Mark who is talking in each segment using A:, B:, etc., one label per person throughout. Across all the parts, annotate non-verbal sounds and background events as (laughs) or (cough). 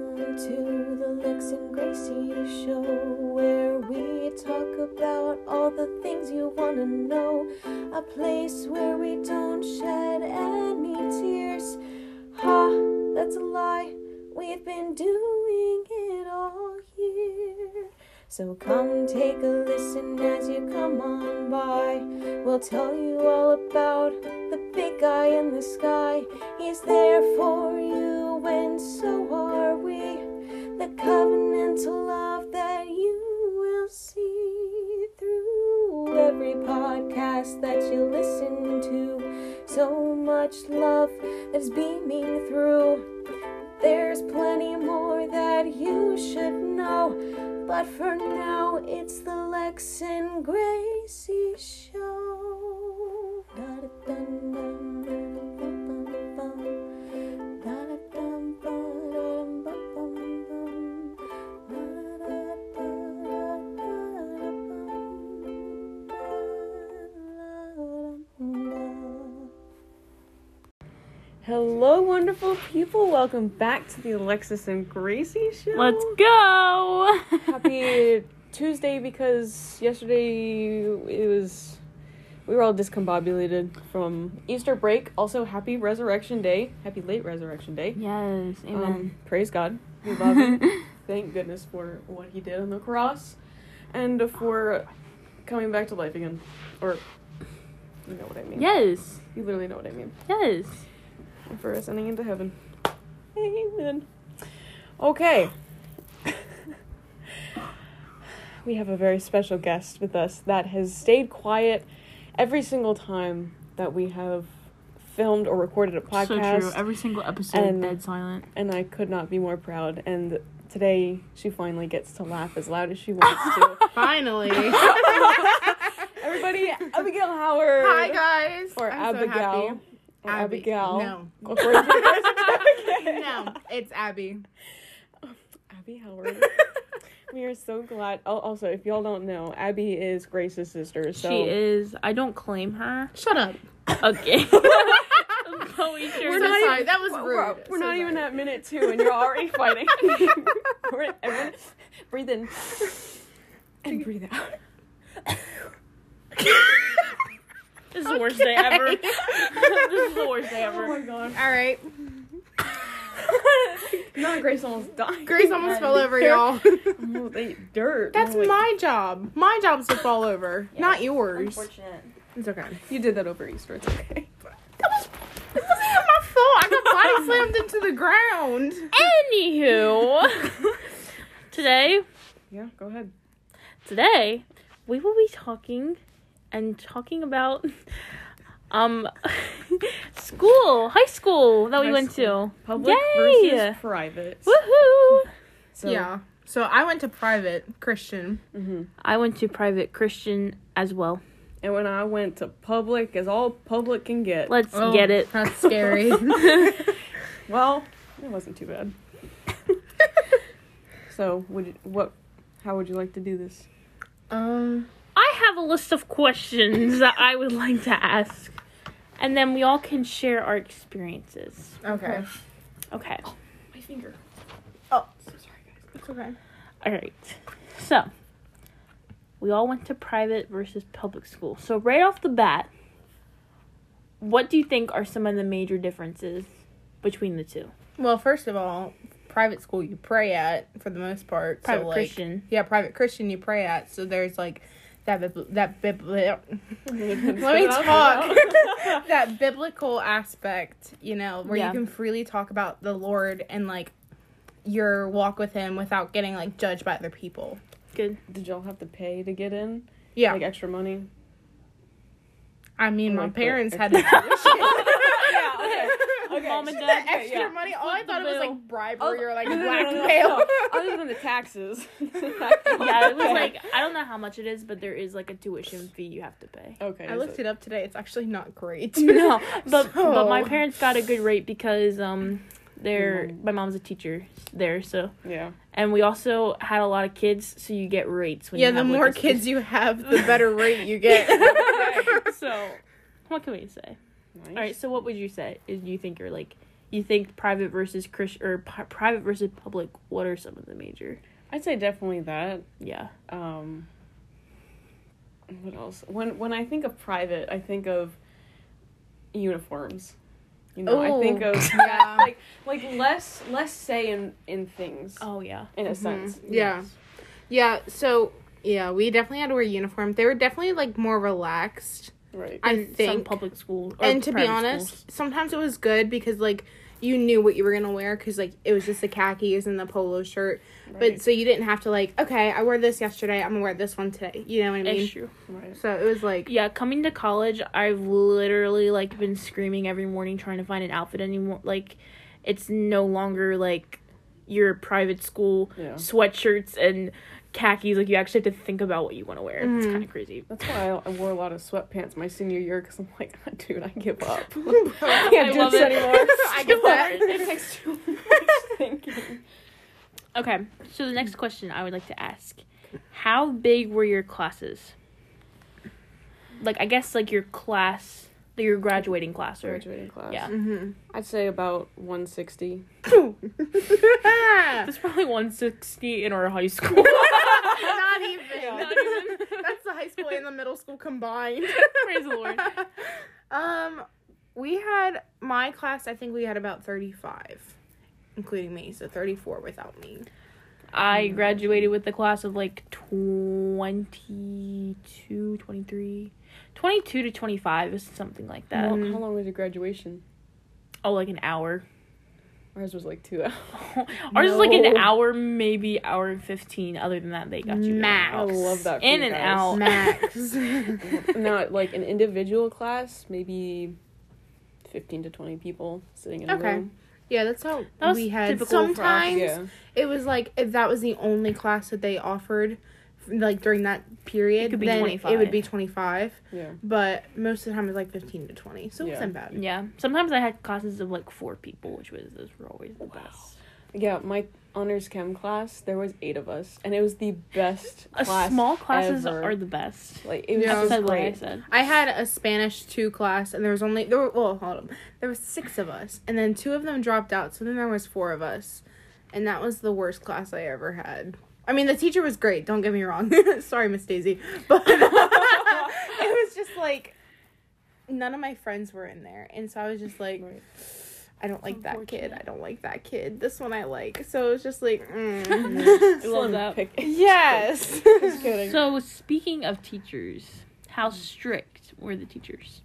A: to the Lex and Gracie show, where we talk about all the things you want to know. A place where we don't shed any tears. Ha, that's a lie. We've been doing it all year. So come take a listen as you come on by. We'll tell you all about the big guy in the sky. He's there for you, and so are we. The covenantal love that you will see through every podcast that you listen to. So much love that's beaming through. There's plenty more that you should know, but for now it's the Lex and Gracie Show.
B: Hello, wonderful people. Welcome back to the Alexis and Gracie show.
C: Let's go!
B: Happy Tuesday because yesterday it was. We were all discombobulated from Easter break. Also, happy Resurrection Day. Happy late Resurrection Day.
C: (laughs) yes,
B: Um,
C: amen.
B: praise God. We love Him.
C: (laughs)
B: Thank goodness for what He did on the cross and for coming back to life again. Or, you know what I mean.
C: yes,
B: You literally know what I mean.
C: yes.
B: and for ascending into heaven. Amen. Okay. we have a very special guest with us that has stayed quiet every single time that we have filmed or recorded a podcast.
C: So true. Every single episode,
B: and-
C: dead silent.
B: and I could not be more proud. And today she finally gets to laugh as loud as she wants
C: (laughs)
B: to.
D: (laughs) Finally.
B: Everybody, Abigail Howard.
D: Hi guys.
B: Or
D: I'm so
B: Abigail.
D: happy.
B: Or
D: Abby.
B: Abigail.
D: No.
B: According to this- okay.
D: No, it's Abby.
B: Abby Howard. We are so glad. al- Also, if y'all don't know, Abby is Grace's sister. So
C: she is. I don't claim her.
D: (laughs) Shut up.
B: (laughs)
C: Okay. but we sure.
D: We're
C: We're
D: so
B: not
D: not
B: even-
D: sorry. That was
B: We're,
D: rude.
B: we're- Uh, we're
D: So
B: not even
D: sorry.
B: at minute two, and you're (laughs) already fighting. We're- everyone, breathe in and breathe out.
C: this is the worst day
D: (laughs)
C: ever. (laughs) this is the worst day ever.
B: god!
D: All right.
B: (laughs) Not Grace (laughs) almost died.
D: Grace almost fell over, y'all.
B: almost ate dirt.
D: That's
B: Oh, wait.
D: my job. My job's to fall over, not yours.
A: Unfortunate.
D: It's okay.
B: You did that over Easter. It's okay.
D: That was. It wasn't even my fault. I got (laughs) body slammed into the ground.
B: (laughs)
C: Anywho, today,
B: Yeah, go ahead.
C: today, we will be talking and talking about um (laughs) school, high school that we
B: High
C: went to.
B: Public
C: Yay!
B: versus private.
C: Woohoo!
B: So,
D: Yeah. So I went to private Christian.
B: hmm
C: I went to private Christian as well.
B: And when I went to public, as all public can get.
C: Let's
D: Oh.
C: get it.
D: That's (laughs) scary.
B: Well, it wasn't too (laughs) bad. so, would you, what? How would you like to do this? (laughs)
D: um.
C: I have a list of questions that I would like to ask, and then we all can share our experiences.
D: Okay.
C: Okay.
B: My finger.
D: Oh.
B: so sorry, guys.
D: It's okay.
C: All right. So, we all went to private versus public school. So, right off the bat, what do you think are some of the major differences between the two?
D: Well, first of all, private school you pray at for the most part.
C: Private
D: so, like,
C: Christian.
D: (laughs) Yeah, private Christian you pray at. So there's like that bib- that bib- (laughs) let me talk that biblical aspect, you know, where
C: Yeah.
D: you can freely talk about the Lord and like your walk with Him without getting like judged by other people.
C: Good.
B: Did y'all have to pay to get in?
D: Yeah,
B: Like extra money?
D: I mean, my
B: like the
C: (laughs)
D: parents had a tuition.
B: (laughs) yeah, okay.
D: (laughs)
B: Okay.
C: Mom and
D: The
C: Dad.
B: Okay,
D: extra
B: yeah.
D: money. All I
C: Split the
D: thought it was
C: bill.
D: like
C: (laughs)
D: bribery or like
B: No, no, no, no, no,
D: blackmail.
B: (laughs) no. Other than the taxes. (laughs)
C: Yeah, it was like I don't know how much it is, but there is like a tuition fee you have to pay.
B: Okay.
D: I looked it up today. It's actually
C: (laughs)
D: not great. (laughs)
C: No, but but my
D: So- Mm-hmm.
C: parents got a good rate because um they're my mom's a teacher there, so
B: Yeah.
C: and we also had a lot of kids, so you get rates when
D: yeah,
C: you
D: the
C: have, like,
D: more
C: a spe-
D: kids you have, the better rate
C: (laughs)
D: you get.
C: so what can we say?
B: Nice.
C: All right, so what would you say? Is you think you're like you think private versus Christian or pi- private versus public, what are some of the major?
B: I'd say definitely that.
C: Yeah.
B: um what else when when i think of private i think of uniforms you know i think
D: (laughs) Ooh,
B: of
D: yeah.
B: like like less less say in in things
C: Oh yeah.
B: in a sense
D: Mm-hmm. Yeah. Yeah, so yeah, we definitely had to wear uniform. They were definitely like more relaxed.
B: right
D: I
C: Some
D: think
C: public school. or
D: and to be
C: private
D: honest,
C: schools.
D: sometimes it was good because like you knew what you were gonna wear because like it was just the khakis and the polo shirt, but
B: Right.
D: so you didn't have to like okay, I wore this yesterday, I'm gonna wear this one today. You know what I mean?
C: it's true.
B: right
D: So it was like
C: Yeah, coming to college, I've literally like been screaming every morning trying to find an outfit anymore. Like, it's no longer like your private school
B: Yeah.
C: sweatshirts and khakis. Like you actually have to think about what you want to wear. It's
D: Mhm.
C: kind of crazy.
B: that's why I, I wore a lot of sweatpants my senior year because i'm like (laughs) dude i give up (laughs)
D: I
B: can't do
C: love
B: this
C: it.
B: anymore
D: I get that.
B: it
D: (laughs)
B: takes too (laughs) much thinking
C: Okay, so the next question I would like to ask: How big were your classes? Like, I guess like your class, like your graduating class, or
B: graduating class
C: yeah,
D: (laughs) Mhm.
B: i'd say about 160
D: Not
C: that's probably one sixty in our high school. (laughs)
D: even.
B: Not
D: That's the high school and the middle school combined.
C: (laughs) Praise the Lord.
D: (laughs) Um, we had my class. I think we had about thirty-five, including me. So thirty-four without me.
B: Mm.
C: I graduated with a class of like 22, 23, 22 to 25 is something like that.
B: how,
D: Mhm.
B: how long was your graduation
C: Oh, like an hour. (laughs)
B: ours was like two (laughs) hours
C: Ours is like an
B: No.
C: hour, maybe hour and 15. Other than that, they got you in and
D: Max.
B: I
C: out.
B: love that. for
C: In
B: you
C: and
B: guys.
C: out. (laughs)
D: Max.
B: Now, like an individual class, maybe fifteen to twenty people sitting in a
D: Okay.
B: room.
D: yeah, that's how
C: That was
D: we had.
C: typical for us.
D: Sometimes
B: Yeah,
D: it was like if that was the only class that they offered, like during that period,
C: It could be
D: then
C: 25.
D: it would be twenty-five.
B: yeah.
D: But most of the time, it was like fifteen to twenty. So it
B: Yeah.
D: wasn't bad.
C: Yeah. Sometimes I had classes of like four people, which was those were always the best.
B: Yeah, my honors chem class, there was eight of us, and it was the best
C: Uh,
B: class.
C: small classes
B: ever.
C: are the best.
B: Like it was
D: Yeah.
C: I
B: just
C: said what I
B: great.
C: said.
D: I had a Spanish two class, and there was only there were well hold on there was six of us, and then two of them dropped out, so then there was four of us, and that was the worst class I ever had. I mean, the teacher was great. Don't get me wrong. (laughs) Sorry, Miss Daisy, but (laughs) it was just like none of my friends were in there, and so I was just like.
B: Right.
D: I don't like that kid. I don't like that kid. This one I like. So it was just like, mm.
B: (laughs) Slim
C: love that.
B: pick-
D: yes.
B: just kidding.
C: So speaking of teachers, how strict were the teachers?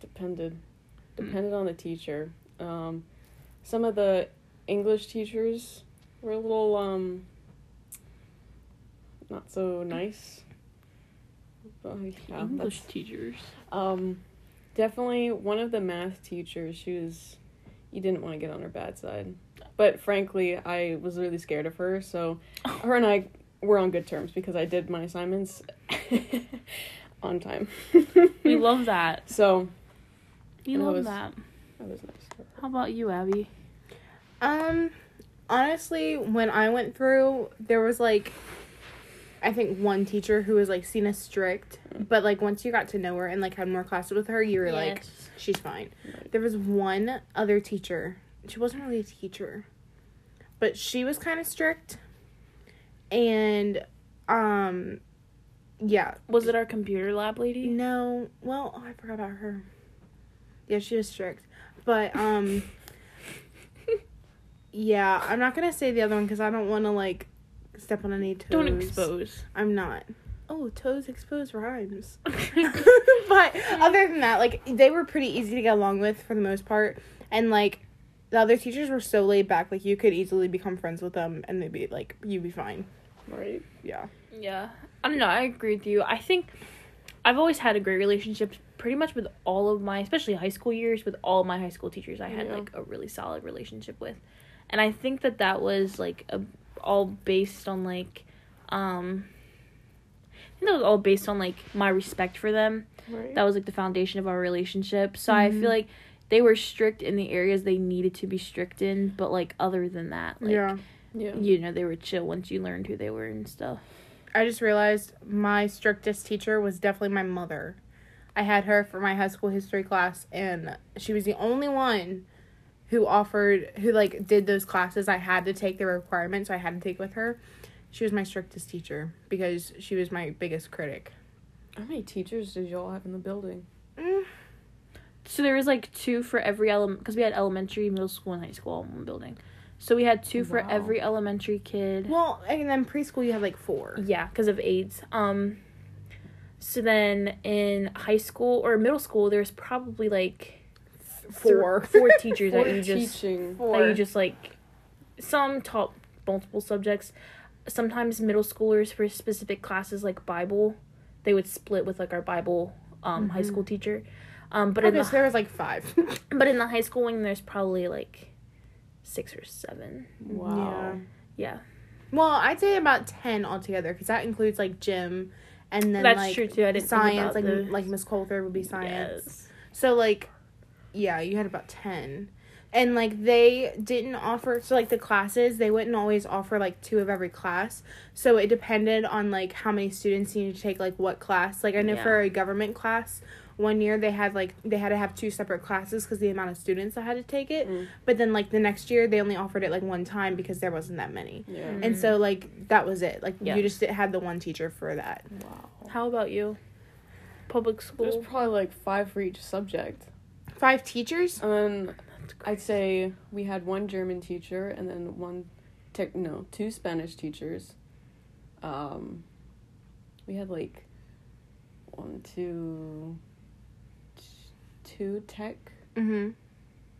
B: depended, depended on the teacher. Um, some of the English teachers were a little um, not so nice. But, yeah, that's-
C: English
B: (laughs)
C: teachers.
B: Um, definitely one of the math teachers. She was, you didn't want to get on her bad side, but frankly, I was really scared of her.
C: (laughs)
B: So, her and I were on good terms because I did my
C: (laughs)
B: assignments on time.
C: We love that.
B: (laughs) so
C: We
B: And I
C: love
B: was-
C: that.
B: that was nice.
C: How about you, Abby?
D: Um, honestly, when I went through, there was like, I think one teacher who was like seen as strict, but like once you got to know her and like had more classes with her, you were like, she's fine.
B: Right.
D: There was one other teacher. She wasn't really a teacher, but she was kind of strict, and um, yeah,
C: was it our computer lab lady?
D: no, well, oh, I forgot about her. Yeah, she was strict, but
C: (laughs)
D: um, yeah, I'm not gonna say the other one because I don't want to like step on any toes.
C: Don't
D: (laughs)
C: expose.
D: I'm not. Oh, toes expose
C: (laughs)
D: rhymes. but other than that, like they were pretty easy to get along with for the most part, and like the other teachers were so laid back, like you could easily become friends with them, and they'd be like, you'd be fine.
B: Right.
D: Yeah.
C: yeah. I don't know. I agree with you. I think I've always had a great relationship pretty much with all of my, especially high school years, with all my high school teachers. I had
B: Yeah.
C: like a really solid relationship with. And I think that that was like a, all based on like, um, I think that was all based on like my respect for them.
B: Right.
C: that was like the foundation of our relationship. So I feel like they were strict in the areas they needed to be strict in, but like other than that, like
D: yeah.
B: yeah.
C: you know, they were chill once you learned who they were and stuff.
D: I just realized my strictest teacher was definitely my mother. I had her for my high school history class, and she was the only one who offered who like did those classes I had to take the requirement so I had to take with her. She was my strictest teacher because she was my biggest critic.
B: How many teachers did y'all have in the building?
D: Mm.
C: So there was like two for every element because we had elementary, middle school, and high school all in one building. So we had two for
B: Wow.
C: every elementary kid.
D: Well, and then preschool you have like four.
C: Yeah, because of AIDS. Um, so then in high school or middle school, there's probably like
D: Four.
C: thr- four
B: (laughs)
C: teachers
B: Or
C: that you just
B: teaching.
C: that you just like. Some taught multiple subjects. Sometimes middle schoolers for specific classes like Bible, they would split with like our Bible um, high school teacher. Um, but
D: But
C: in the
D: okay, so there was like five.
C: But in the high school wing, there's probably like six or seven.
D: (laughs)
B: Wow.
C: Yeah,
D: Well, I'd say about ten altogether because that includes like gym, and then
C: that's
D: like
C: true too. I didn't
D: science,
C: think
D: like
C: about the-
D: like Miss Coulter would be science.
C: Yes.
D: So like, yeah, you had about ten, and like they didn't offer so like the classes they wouldn't always offer like two of every class. So it depended on like how many students needed to take like what class. Like I know
C: Yeah.
D: for a government class. One year they had like they had to have two separate classes because the amount of students that had to take it,
B: Mm.
D: but then like the next year they only offered it like one time because there wasn't that many.
B: Yeah.
D: And so like that was it. Like
C: Yeah.
D: you just had the one teacher for that.
B: Wow.
C: How about you? Public
B: There's
C: school.
B: probably like five for each subject.
D: Five teachers?
B: And then I'd say we had one German teacher and then one, tech no, two Spanish teachers. Um, we had like one, two, t- two tech.
D: Mhm.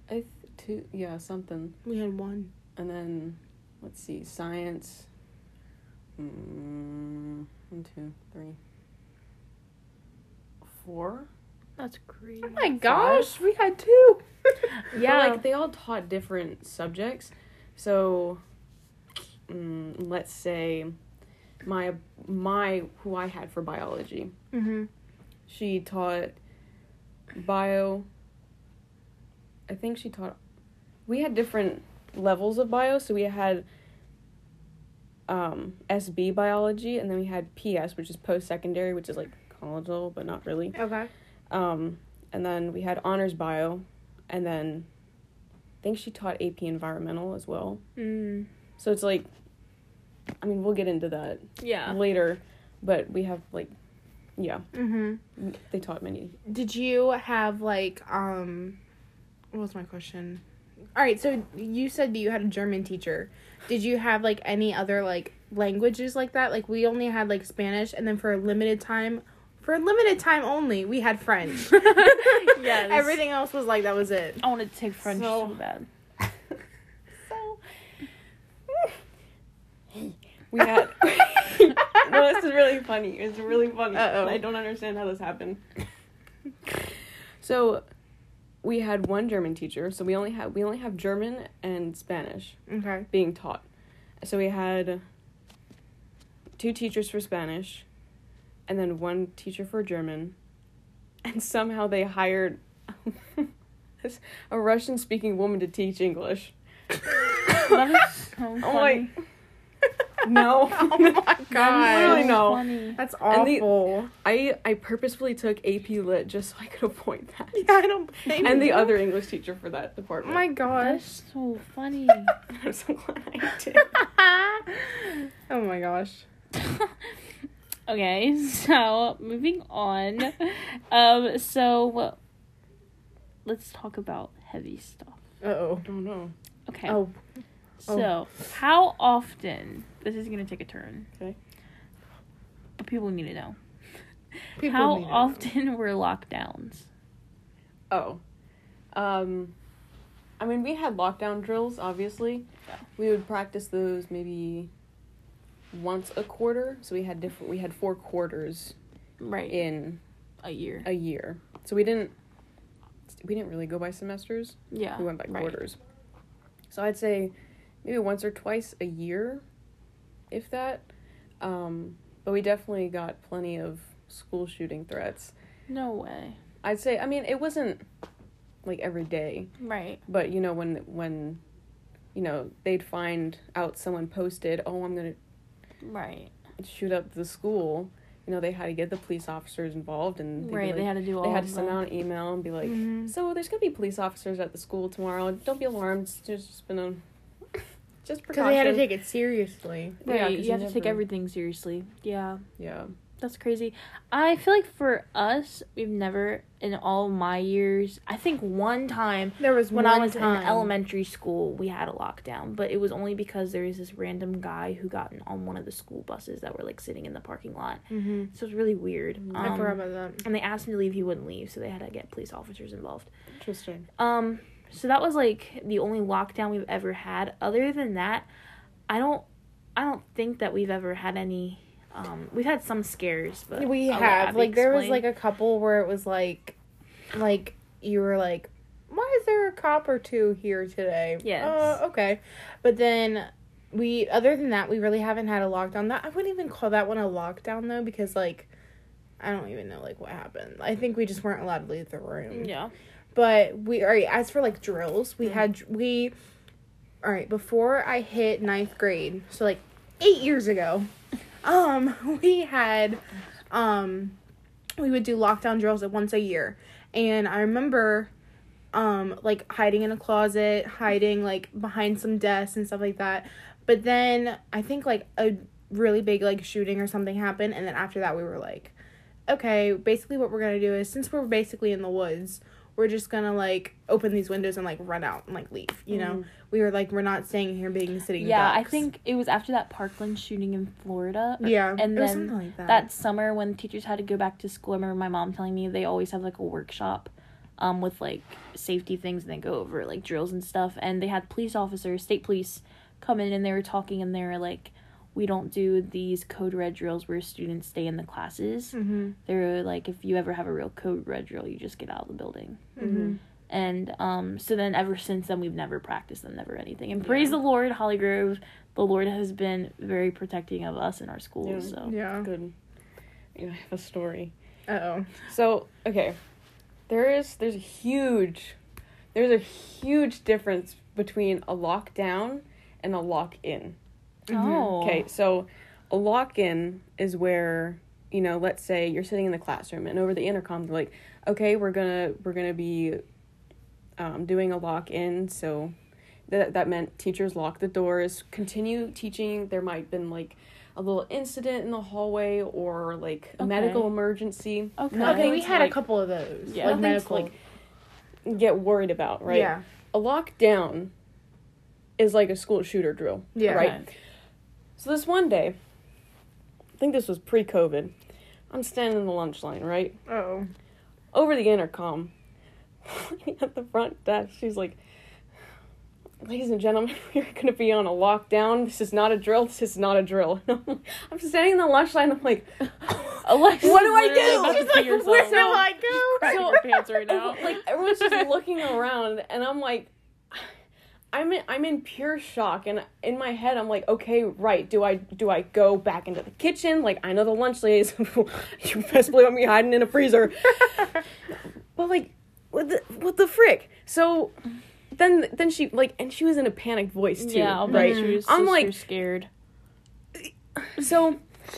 B: I th- two yeah something,
D: We had one.
B: and then let's see science. Mm, one, two, three, four.
C: That's great.
D: Oh my gosh, we
B: (laughs)
D: had two. Oh.
C: Yeah.
B: But, like they all taught different subjects. So, mm, let's say my my who I had for biology,
D: mhm.
B: she taught bio. I think she taught. We had different levels of bio, so we had um, SB biology, and then we had PS, which is post secondary, which is like college level, but not really.
D: Okay.
B: Um, and then we had honors bio, and then I think she taught AP environmental as well.
C: Mm,
B: So it's like, I mean, we'll get into that
C: yeah.
B: later, but we have like, yeah,
D: Mhm.
B: m- they taught many.
D: Did you have like um what was my question? All right, so you said that you had a German teacher. Did you have like any other like languages like that? Like we only had like Spanish and then for a limited time for a limited time only, we had (laughs) French.
C: Yes.
D: (laughs) Everything else was like that was it.
C: I wanted to take French so,
B: So-
C: bad.
B: So we had. (laughs) no, this is really funny. It's really funny.
D: Uh-oh.
B: I don't understand how this happened. so we had one German teacher, so we only have we only have German and Spanish.
D: (laughs) Okay.
B: being taught. So we had two teachers for Spanish and then one teacher for German. And somehow they hired (laughs) a Russian speaking woman to teach English.
C: That is so funny.
B: (laughs) I'm like, (laughs) no.
D: Oh my
C: That is
B: (laughs) really
D: god.
C: so
B: know.
C: funny.
D: That's
B: And the-
D: awful.
B: I, I purposefully took AP Lit just so I could avoid
C: (laughs)
B: that.
D: (laughs) yeah, I don't blame
B: And the
D: you.
B: other English teacher for that
D: Oh
B: department.
D: my
C: That's
D: gosh.
C: so funny.
B: (laughs) I'm so glad I
C: (laughs)
B: did.
D: (laughs) oh my gosh.
C: (laughs) okay, so moving on. Um, so let's talk about heavy stuff.
D: Uh oh.
B: Oh no.
C: Okay.
D: Oh. Oh.
C: So, how often? This is gonna take a turn.
B: Okay.
C: But people need to know.
D: People
C: how
D: need to know.
C: often (laughs) were lockdowns?
B: Oh. Um I mean we had lockdown drills, obviously. We would practice those maybe once a quarter. So we had different we had four quarters
C: Right.
B: in
C: a year.
B: a year. So we didn't we didn't really go by semesters.
C: Yeah.
B: We went by
C: right.
B: quarters. So I'd say maybe once or twice a year, if that. Um but we definitely got plenty of school shooting threats.
C: No way.
B: I'd say I mean it wasn't like every day,
C: Right.
B: but you know when when you know they'd find out someone posted oh i'm gonna
C: Right.
B: shoot up the school you know, they had to get the police officers involved and they'd be
C: right.
B: like-
C: they had to do all.
B: they had
C: of
B: to send
C: that.
B: out an email and be like,
D: Mhm.
B: "So there's gonna be police officers at the school tomorrow. Don't be alarmed. It's just been a (laughs) just
D: Because
B: precaution."
D: they had to take it seriously.
B: Yeah,
C: Right,
B: 'cause
C: you have to take
B: never-
C: everything seriously. Yeah,
B: Yeah,
C: that's crazy. I feel like for us, we've never in all my years. I think one time
D: There was
C: when I
D: one
C: was
D: time.
C: in elementary school, we had a lockdown, but it was only because there was this random guy who got in- on one of the school buses that were like sitting in the parking lot.
D: hmm
C: So it was really weird.
D: Mm, I
C: Um,
D: forgot about that.
C: and they asked him to leave, he wouldn't leave, so they had to get police officers involved.
B: interesting.
C: Um, so that was like the only lockdown we've ever had. Other than that, I don't, I don't think that we've ever had any. Um, we've had some scares, but
D: We
C: I'll let
D: have
C: Abby
D: like there was
C: explain.
D: like a couple where it was like, like you were like, why is there a cop or two here today?
C: Yes.
D: Uh, okay, but then we other than that we really haven't had a lockdown. That I wouldn't even call that one a lockdown though because like. I don't even know like what happened. I think we just weren't allowed to leave the room.
C: yeah, Mm-hmm.
D: But we are as for like drills, we had we all right, before I hit ninth grade, so like eight years ago, um, (laughs) we had um we would do lockdown drills at once a year. And I remember um like hiding in a closet, hiding like behind some desks and stuff like that. But then I think like a really big like shooting or something happened and then after that we were like okay, basically what we're going to do is since we're basically in the woods, we're just going to like open these windows and like run out and like leave, you know. We were like we're not staying here being sitting
C: Mm-hmm. yeah. I
D: ducks.
C: think it was after that Parkland shooting in Florida.
D: yeah,
C: and
D: it
C: then
D: was something like that.
C: that summer when teachers had to go back to school, I remember my mom telling me they always have like a workshop um, with like safety things and they go over like drills and stuff. And they had police officers, state police, come in and they were talking and they were like, we don't do these code red drills where students stay in the classes.
D: Mhm.
C: They're like, if you ever have a real code red drill, you just get out of the building.
D: Mhm.
C: And um, so then ever since then, we've never practiced them, never anything. And praise the Lord, Holly Grove, the Lord has been very protecting of us and our schools.
B: Yeah.
C: So.
D: Yeah.
B: Good. You know, I have a story.
D: Oh.
B: So okay, there is there's a huge, there's a huge difference between a lockdown and a lock in.
C: Oh.
B: Okay, so a lock in is where you know, let's say you're sitting in the classroom and over the intercom they're like, okay, we're gonna we're gonna be um, doing a lock in. So that that meant teachers lock the doors, continue teaching. There might have been like a little incident in the hallway or like a
C: Okay.
B: medical emergency.
C: Okay.
B: Nothing
D: Okay, we
B: to,
D: had
B: like,
D: a couple of those.
C: Yeah.
D: like
B: Nothing to,
D: medical.
B: like, get worried about, right?
D: Yeah.
B: A lockdown is like a school shooter drill.
D: Yeah.
B: Right? So this one day, I think this was pre COVID, I'm standing in the lunch line, right?
D: Oh.
B: Over the intercom, (laughs) at the front desk, she's like, Ladies and gentlemen, (laughs) we're gonna be on a lockdown. This is not a drill. This is not a drill. (laughs) I'm standing in the lunch line. I'm like,
C: (laughs)
B: Alexa, what do I do?
C: She's like,
D: (laughs) Where
C: "Where's
D: do I go?
B: So- (laughs)
C: your pants right now.
B: like everyone's just looking around and i'm like i'm in, i'm in pure shock and in my head i'm like okay right do i do i go back into the kitchen like i know the lunch ladies (laughs) you best believe i'm gonna be hiding in
C: (laughs)
B: a freezer but like what the what the frick so then then she like and she was in a panicked voice
C: (laughs)
B: too
C: yeah, I'll
B: right
C: bet she was
B: i'm
C: sister
B: like
C: scared.
B: so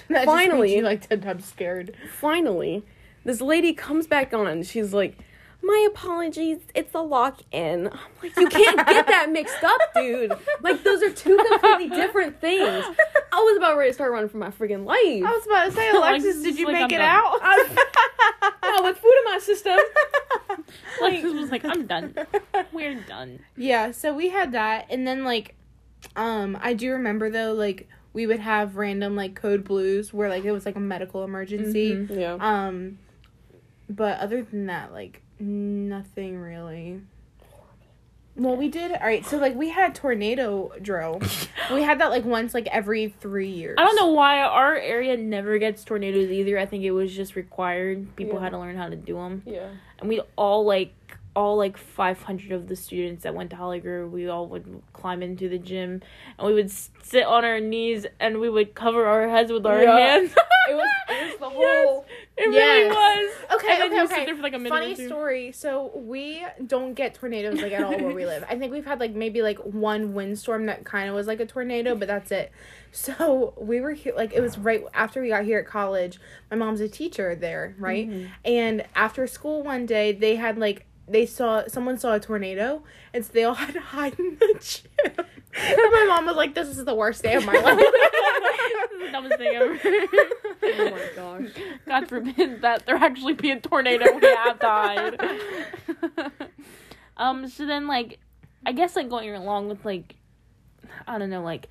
D: That just
B: Finally.
D: makes you like ten times scared.
B: finally, this lady comes back on. and She's like, "My apologies, it's a lock in." I'm like, "You can't get that mixed up, dude. Like those are two completely different things." I was about ready to start running for my freaking life.
D: I was about to say,
C: Alexis,
D: Alexis, did
C: just
D: you
C: like,
D: make
C: I'm
D: it
C: done.
D: out?
B: Now
D: (laughs)
B: Oh, with food in my system.
C: (laughs) Like, was like, I'm done. We're (laughs) done.
D: Yeah, so we had that and then like um I do remember though like we would have random like code blues where like it was like a medical emergency.
B: (laughs) Yeah.
D: Um but other than that like nothing really. Well, we did. All right, so like we had tornado drill.
C: (laughs)
D: we had that like once like every 3 years.
C: I don't know why our area never gets tornadoes either. I think it was just required. People
B: Yeah.
C: had to learn how to do them,
B: Yeah.
C: and we all like all like 500 of the students that went to Holly Grove, we all would climb into the gym and we would sit on our knees and we would cover our heads with our
B: Yeah.
C: hands. (laughs)
B: It was, it was
A: the whole.
C: It really
D: Yes.
C: was.
D: Okay,
C: and then
D: okay,
C: you
D: okay.
C: sit there for like a minute.
D: Funny
C: or two.
D: story. So we don't get tornadoes like at all where we live. I think we've had like maybe like one windstorm that kind of was like a tornado, but that's it. So we were here like it was right after we got here at college. My mom's a teacher there, right? And after school one day, they had like they saw someone saw a tornado, and so they all (laughs) had to hide in the gym. and my mom was like, "This is the worst day of my life."
C: This is the dumbest thing ever.
B: Oh my gosh.
C: God forbid that there actually be a tornado. We have died. (laughs) um. So then, like, I guess like going along with like, I don't know, like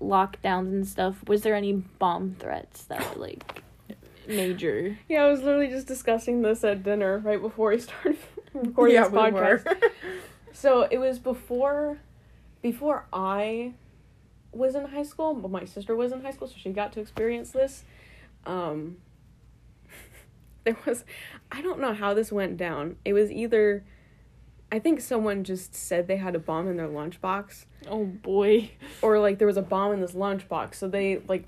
C: lockdowns and stuff. Was there any bomb threats that were like major?
B: Yeah, I was literally just discussing this at dinner right before we started (laughs)
D: (laughs)
B: recording this
D: we
B: podcast.
D: were.
B: So it was before, before I was in high school. But my sister was in high school, so she got to experience this. Um, (laughs) there was, I don't know how this went down. It was either, I think someone just said they had a bomb in their lunchbox,
C: Oh boy.
B: or like there was a bomb in this lunchbox. So they like,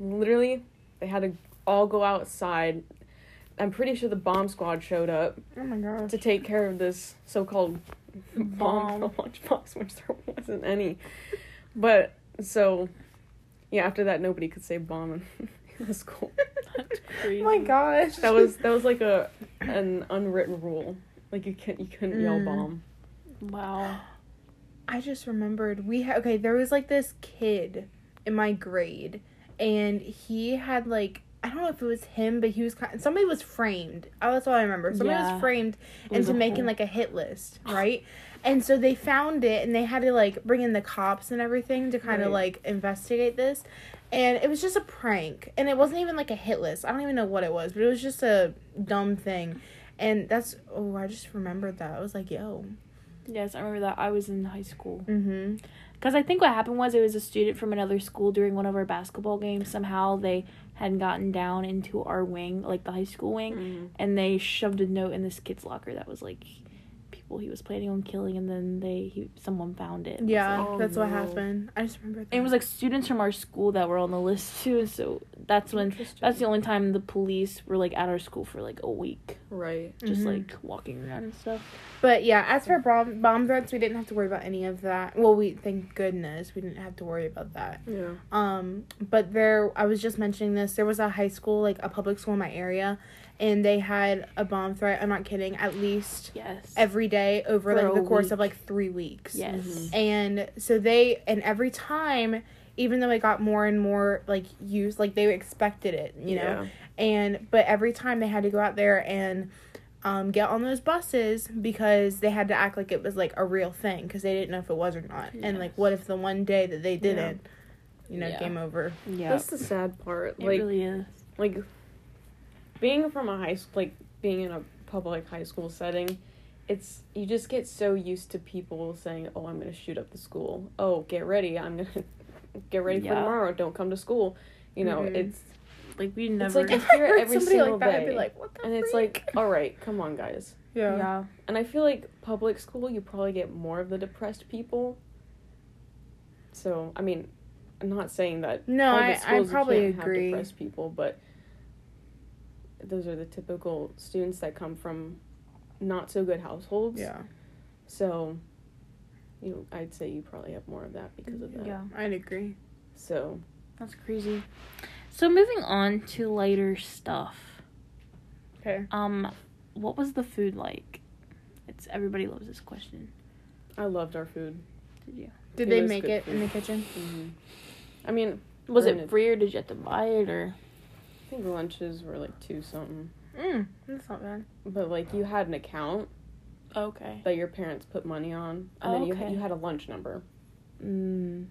B: literally, they had to all go outside. I'm pretty sure the bomb squad showed up
D: Oh my gosh.
B: to take care of this so-called bomb,
C: Bomb.
B: for lunchbox, which there wasn't any. But so, yeah, after that, nobody could say bomb in, (laughs) in the school.
C: That's crazy.
D: Oh my gosh.
B: That was that was like a an unwritten rule. Like you can't you couldn't yell
D: Mm.
B: bomb.
C: Wow.
D: I just remembered we had okay, there was like this kid in my grade and he had like I don't know if it was him, but he was kind somebody was framed. Oh, that's all I remember. Somebody
C: Yeah.
D: was framed
C: was
D: into
C: a
D: making
C: whole-
D: like a hit list, right? and so they found it and they had to like bring in the cops and everything to kind of
B: Right.
D: like investigate this. And it was just a prank. And it wasn't even like a hit list. I don't even know what it was, but it was just a dumb thing. And that's oh, I just remembered that. I was like, yo.
C: Yes, I remember that. I was in high school.
D: Mhm.
C: Because I think what happened was it was a student from another school during one of our basketball games. Somehow they had gotten down into our wing, like the high school wing,
B: Mm.
C: and they shoved a note in this kid's locker that was like people he was planning on killing, and then they he, someone found it.
D: Yeah,
B: Oh,
D: that's what
B: no.
D: happened. I just remember that.
C: And it was like students from our school that were on the list (laughs) too. So that's when that's the only time the police were like at our school for like a week,
B: right.
C: just
D: Mhm.
C: like walking around and stuff.
D: But yeah, as for bomb bomb threats, we didn't have to worry about any of that. Well, we thank goodness we didn't have to worry about that.
B: Yeah.
D: Um, but there, I was just mentioning this. There was a high school, like a public school in my area, and they had a bomb threat. I'm not kidding. At least
C: Yes.
D: every day over
C: For
D: like the
C: a
D: course of
C: week.
D: like three weeks.
C: yes.
D: And so they, and every time, even though it got more and more like used, like they expected it, you know. and but every time they had to go out there and um, get on those buses because they had to act like it was like a real thing because they didn't know if it was or not and like
C: Yes.
D: what if the one day that they didn't you know
C: Yeah.
D: game over
C: Yeah.
B: That's the sad part.
C: it
B: Like
C: really is.
B: like being from a high school like being in a public high school setting it's you just get so used to people saying oh i'm going to shoot up the school oh get ready i'm going to (laughs) get ready for
C: Yeah.
B: tomorrow don't come to school you know
D: Mhm.
B: it's
C: Like we never.
B: like a-
D: if (laughs)
B: hear
D: I
B: it
D: heard
B: every
D: somebody
B: single
D: like that I'd
B: day.
D: be like what the
B: and it's
D: freak?
B: like oh, all right come on guys
D: (laughs) yeah,
C: yeah.
B: and i feel like public school you probably get more of the depressed people so i mean i'm not saying that
D: no
B: public
D: I, I
B: schools, you
D: probably
B: can't have
D: agree
B: depressed people, but those are the typical students that come from not so good households.
D: yeah
B: So, you know, I'd say you probably have more of that because of that.
C: Yeah.
D: I'd agree
B: So,
C: That's crazy. So moving on to lighter stuff.
D: okay
C: Um, what was the food like? It's everybody loves this question.
B: I loved our food.
C: Did you?
D: did
B: It
D: they
B: was
D: make
B: good
D: it in
B: food.
D: the kitchen
B: I mean,
C: Was
B: Granted.
C: it free or did you have to buy it or?
B: I think lunches were like two something,
D: mm, that's not bad
B: but like you had an account
C: Okay.
B: that your parents put money on, and then
C: Okay.
B: you you had a lunch number.
C: Mm.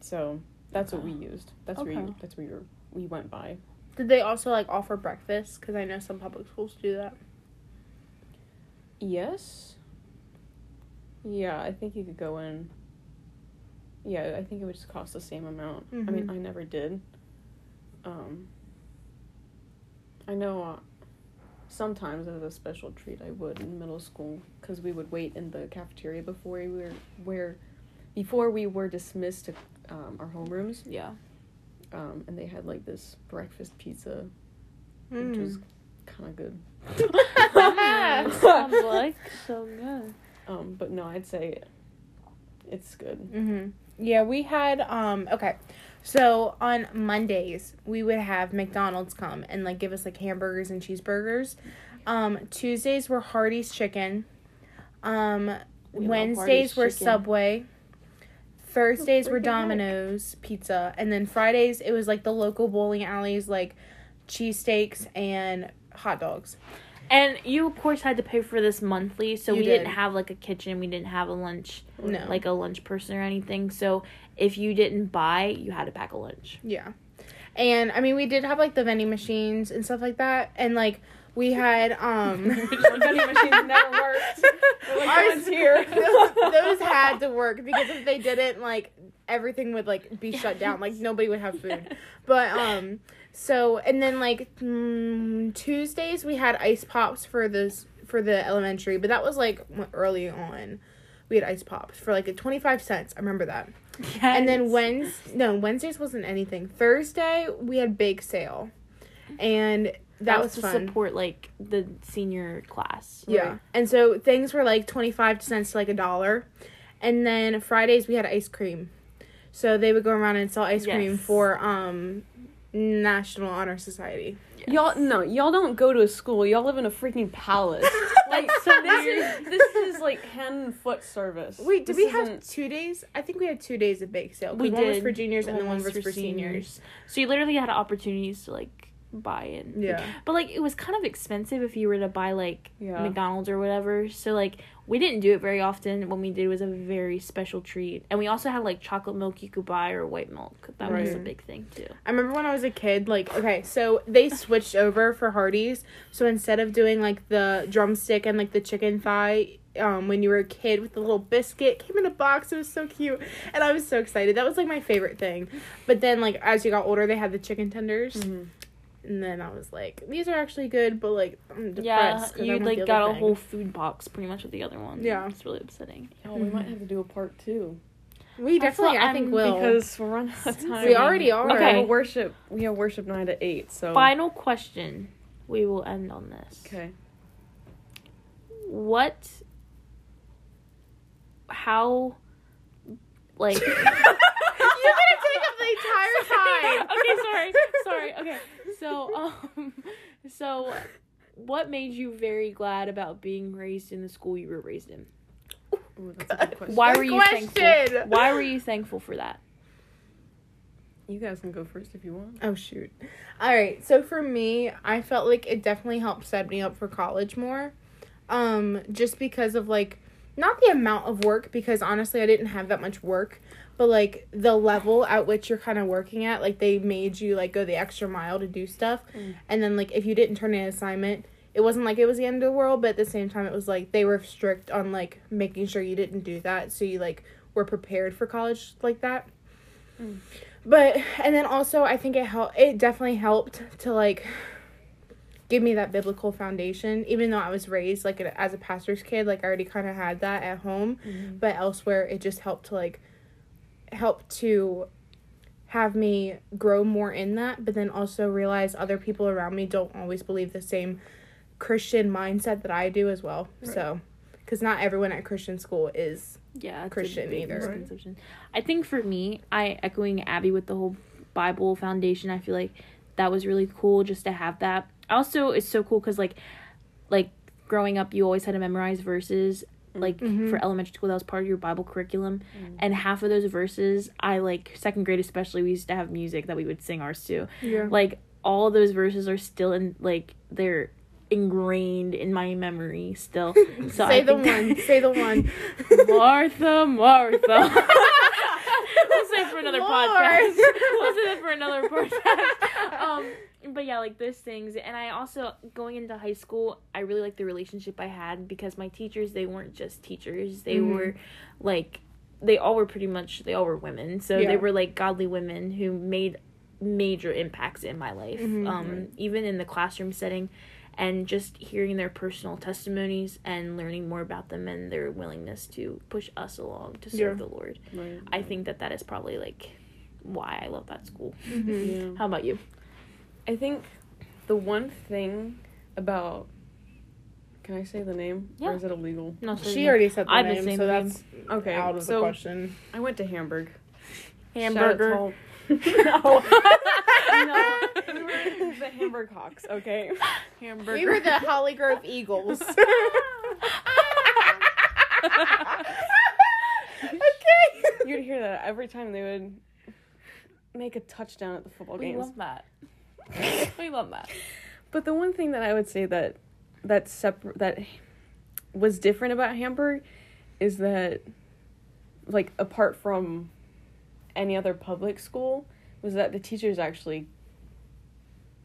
B: So that's what we used. That's where
C: Okay.
B: you, that's where you were, we went by.
D: did they also like offer breakfast because I know some public schools do that
B: Yes. Yeah, I think you could go in. Yeah, I think it would just cost the same amount. I mean,
C: Mm-hmm.
D: Mhm.
B: I never did. Um, I know uh, sometimes as a special treat I would in middle school because we would wait in the cafeteria before we were where, before we were dismissed to
C: (laughs)
B: um, our homerooms,
C: Yeah.
B: um, and they had like this breakfast pizza which (laughs)
D: (laughs)
B: was
D: Mm.
B: kind of good.
C: (laughs) Sounds like so good.
B: Um, but no, I'd say it's good.
D: (laughs) hmm Yeah, we had um okay. So on Mondays we would have McDonald's come and like give us like hamburgers and cheeseburgers. Um Tuesdays were Hardee's chicken. Um
C: We love
D: Wednesdays
C: Hardee's
D: were
C: chicken.
D: Subway. Thursdays were
C: (laughs)
B: freaking heck.
D: Domino's pizza and then Fridays it was like the local bowling alleys like cheesesteaks and hot dogs.
C: And you of course had to pay for this monthly, so
D: You
C: we
D: did.
C: not have like a kitchen, we didn't have a lunch
D: No.
C: like a lunch person or anything. So if you didn't buy, you had to pack a (laughs) lunch.
D: Yeah. And I mean we did have like the vending machines and stuff like that and like we had um
B: Our vending machines never (laughs) worked. We're like,
D: (laughs) Ours-
B: "Mine's here.
D: those, those had to work because if they didn't like everything would like be shut down like nobody would have food but um so and then like mm, tuesdays we had ice pops for this for the elementary but that was like w- early on we had ice pops for like a 25 cents i remember that and then Wednes no Wednesdays wasn't anything thursday we had bake sale and that,
C: that, was,
D: was,
C: to
D: fun
C: support like the senior class.
D: yeah. And so things were like 25 cents to like a dollar. And then Fridays we had ice cream. So they would go around and sell ice cream
C: Yes.
D: for um National Honor Society.
B: Y'all no, y'all don't go to a school. Y'all live in a freaking
D: (laughs)
B: palace. like
C: so
B: this is this is like hand and foot service.
D: Wait, did
B: This
D: we have
B: isn't-
D: two days? I think we had two days of bake sale. 'cause
C: We
D: one was
C: did.
D: for juniors and
C: One
D: then one
C: was
D: was
C: for
D: for
C: seniors.
D: seniors.
C: So you literally had opportunities to like buy in.
D: Yeah.
C: But like it was kind of expensive if you were to buy like
B: Yeah.
C: McDonald's or whatever. So like we didn't do it very often. When we did it was a very special treat. And we also had like chocolate milk you could buy or white milk. That was a
D: Right.
C: big thing too.
D: I remember when I was a kid, like, okay, so they switched over for Hardee's. So instead of doing like the drumstick and like the chicken thigh, um, when you were a kid with the little biscuit, it came in a box. It was so cute. And I was so excited. That was like my favorite thing. But then, like, as you got older, they had the chicken tenders.
B: Mhm.
C: Mm-hmm.
D: And then I was like, these are actually good, but like, I'm
C: Yeah.
D: depressed. 'cause I
C: You
D: want the
C: like
D: other
C: got a
D: thing.
C: whole food box pretty much with the other one.
D: Yeah.
C: It's really upsetting.
B: Y'all, we might have to do a part two.
D: We definitely, I,
C: I'm-
D: think, will. (laughs)
B: Because we're running out of time.
D: we already are.
B: We have a
C: Okay.
B: worship we have worship night at eight,
D: Oh.
B: so
C: Final question. We will end on this.
B: Okay.
C: What how
D: (laughs)
C: like
D: You're going to take up the entire time.
C: okay, (laughs) sorry, sorry. Okay, so um, so what made you very glad about being raised in the school you were raised in?
B: Ooh, that's
D: (laughs)
B: a good question.
C: Why
D: (laughs) Good
C: were you thankful?
D: question.
C: Why were you thankful for that?
B: You guys can go first if you want.
D: Oh shoot. All right. So for me, I felt like it definitely helped set me up for college more. Um just because of like not the amount of work because honestly I didn't have that much work, but like the level at which you're kind of working at, like they made you like go the extra mile to do stuff. And then like if you didn't turn in an assignment, it wasn't like it was the end of the world, but at the same time it was like they were strict on like making sure you didn't do that so you like were prepared for college like that but and then also i think it helped it definitely helped to like give me that biblical foundation even though i was raised like a- as a pastor's kid like i already kind of had that at home
C: Mm-hmm.
D: but elsewhere it just helped to like help to have me grow more in that but then also realize other people around me don't always believe the same christian mindset that i do as well so because not everyone at christian school is
C: Yeah, it's a
D: Christian
C: big
D: either.
C: misconception. I think for me, I echoing Abby with the whole Bible foundation. I feel like that was really cool just to have that. Also, it's so cool because like, like growing up, you always had to memorize verses. Like
D: Mm-hmm.
C: for elementary school, that was part of your Bible curriculum,
D: Mm.
C: and half of those verses, I like second grade especially. We used to have music that we would sing ours to.
D: Yeah.
C: Like all those verses are still in like they're ingrained in my memory
D: (laughs)
C: still. So I
D: say the
C: think that-
D: one say the
C: (laughs)
D: one
C: Martha, Martha. (laughs) Let's say for another
D: Lord.
C: podcast. Let's say that for another podcast. Um, but yeah, like those things, and I also going into high school, I really like the relationship I had because my teachers they weren't just teachers; they
D: Mhm.
C: were like they all were pretty much they all were women, so
D: Yeah.
C: they were like godly women who made major impacts in my life.
D: Mhm.
C: Um, even in the classroom setting, and just hearing their personal testimonies and learning more about them and their willingness to push us along to serve the
D: Yeah.
C: Lord.
B: Right.
C: I think that that is
D: Mm.
C: probably like why I love that school.
B: Yeah.
C: How about you?
B: I think The one thing about can I say the name?
C: Yeah.
B: Or is it illegal?
C: No, so
D: She
C: you-
D: already said the
C: I'd
D: name,
C: say
D: so
C: the name.
D: that's
B: Okay.
D: out of
B: so
D: the question.
B: I went to Hamburg.
C: hamburger.
B: (laughs)
D: (laughs)
B: Shout out to all- no. We were the Hamburg Hawks, okay?
C: hamburger.
D: We
B: (laughs)
D: were the Holly Grove Eagles. (laughs) okay.
B: You'd hear that every time they would make a touchdown at the football
C: (laughs) we
B: games.
C: love that. we love that.
B: But the one thing that I would say that that separ- that was different about Hamburg is that like apart from any other public school was that the teachers actually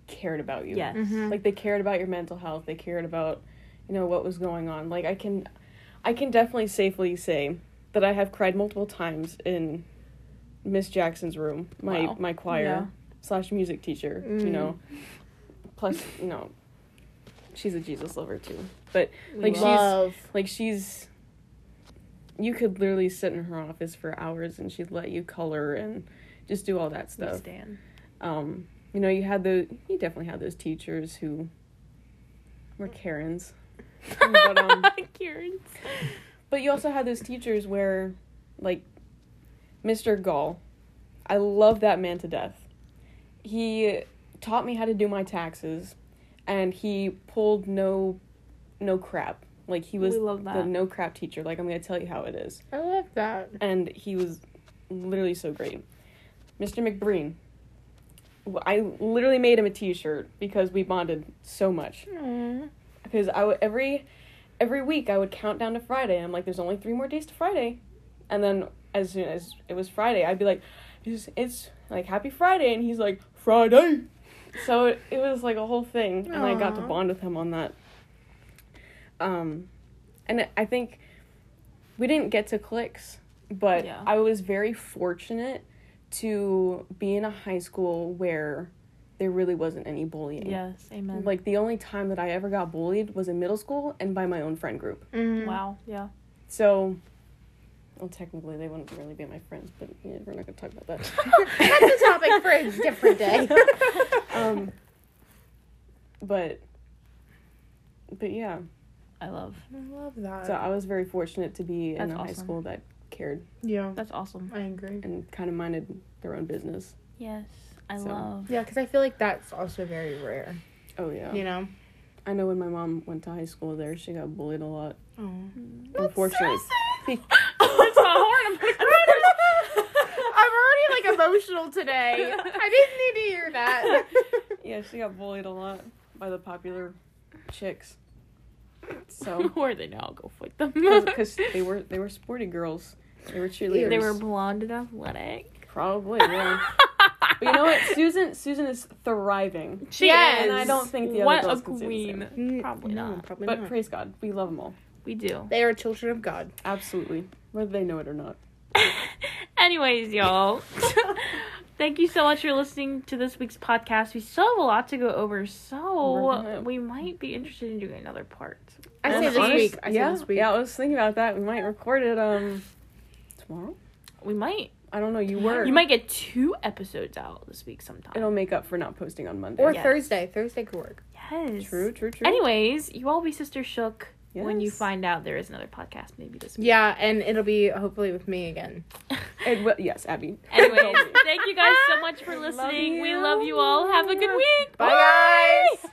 B: cared about you.
C: Yes.
D: Mm-hmm.
B: Like they cared about your mental health, they cared about you know what was going on. Like I can I can definitely safely say that I have cried multiple times in Miss Jackson's room, my
C: Wow.
B: my choir
C: Yeah.
B: slash music teacher, you
D: Mm.
B: know. Plus, you know, she's a Jesus lover too. But
C: We
B: like she's
C: love-
B: like she's you could literally sit in her office for hours and she'd let you color and just do all that
C: we
B: stuff.
C: stand.
B: Um, you know, you had the you definitely had those teachers who
C: (laughs)
B: were Karens. but um
C: Kieran.
B: but you also had those teachers where, like, Mr. Gall, I love that man to death. He taught me how to do my taxes, and he pulled no, no crap. Like he was
C: We love
B: the
C: that.
B: no crap teacher. Like I'm gonna tell you how it is,
D: I love that.
B: and he was literally so great. Mr. McBreen, w- I literally made him a T-shirt because we bonded so much because I would every every week I would count down to Friday. I'm like, there's only three more days to Friday, and then as soon as it was Friday, I'd be like, it's, it's like Happy Friday, and he's like Friday. So it, it was like a whole thing, and I got to
D: Aw.
B: bond with him on that. Um, and I think we didn't get to clicks, but
C: Yeah.
B: I was very fortunate to be in a high school where there really wasn't any bullying.
C: Yes. Amen.
B: Like the only time that I ever got bullied was in middle school and by my own friend group.
D: Mm-hmm.
C: wow. Yeah.
B: So, well, technically they wouldn't really be my friends, but yeah, we're not gonna talk about (laughs) that.
D: That's a topic for a different day.
B: um, but, but yeah.
C: I love.
D: (laughs) I love that.
B: So I was very fortunate to be in
C: That's
B: a high
C: awesome.
B: school that cared
D: yeah,
C: That's awesome.
D: I agree.
B: and kind of minded their own business.
C: Yes. I
B: So-
C: love.
D: Yeah, because I feel like that's also very rare.
B: Oh yeah.
D: You know.
B: I know when my mom went to high school there, she got bullied a lot.
D: Oh.
B: unfortunately,
C: (gasps)
B: (laughs)
C: That's not hard.
D: (laughs) I'm already like emotional today. I didn't need to hear that.
B: yeah, she got bullied a lot by the popular chicks. So.
C: (laughs) Where they now? I'll go fight them. (laughs)
B: because they were they were sporty girls. They were cheerleaders.
C: they were (laughs) blonde and athletic.
B: probably yeah. but you know what? (laughs) Susan Susan is thriving.
C: She
D: Yes.
C: is.
B: And I don't think the other
C: what
B: girls
C: a
B: can say the
C: queen.
B: same.
D: (laughs) Mm,
C: Probably
D: no,
C: not.
D: Probably
B: But
D: not.
B: praise God, we love them all.
C: We do.
D: they are children of God.
B: Absolutely, whether they know it or not.
C: (laughs) Anyways, y'all. (laughs) Thank you so much for listening to this week's podcast. We still have a lot to go over,
B: We're
C: so
B: gonna-
C: we might be interested in doing another part.
D: I
B: And
D: say this
B: honest-
D: week. I
B: yeah,
D: say this week.
B: yeah. I was thinking about that. We might record it um tomorrow.
C: We might.
B: I don't know. You were.
C: You might get two episodes out this week sometime.
B: It'll make up for not posting on Monday.
D: Or
C: Yes.
D: Thursday. Thursday could work.
C: yes.
B: True, true, true.
C: Anyways, you all be sister shook when you
B: Yes.
C: find out there is another podcast maybe this week.
D: Yeah, and it'll be hopefully with me again.
C: (laughs)
B: It will, yes, Abby.
C: Anyways, thank you guys so much for listening. we
B: you.
C: love you all. Have a good week.
D: Bye, guys.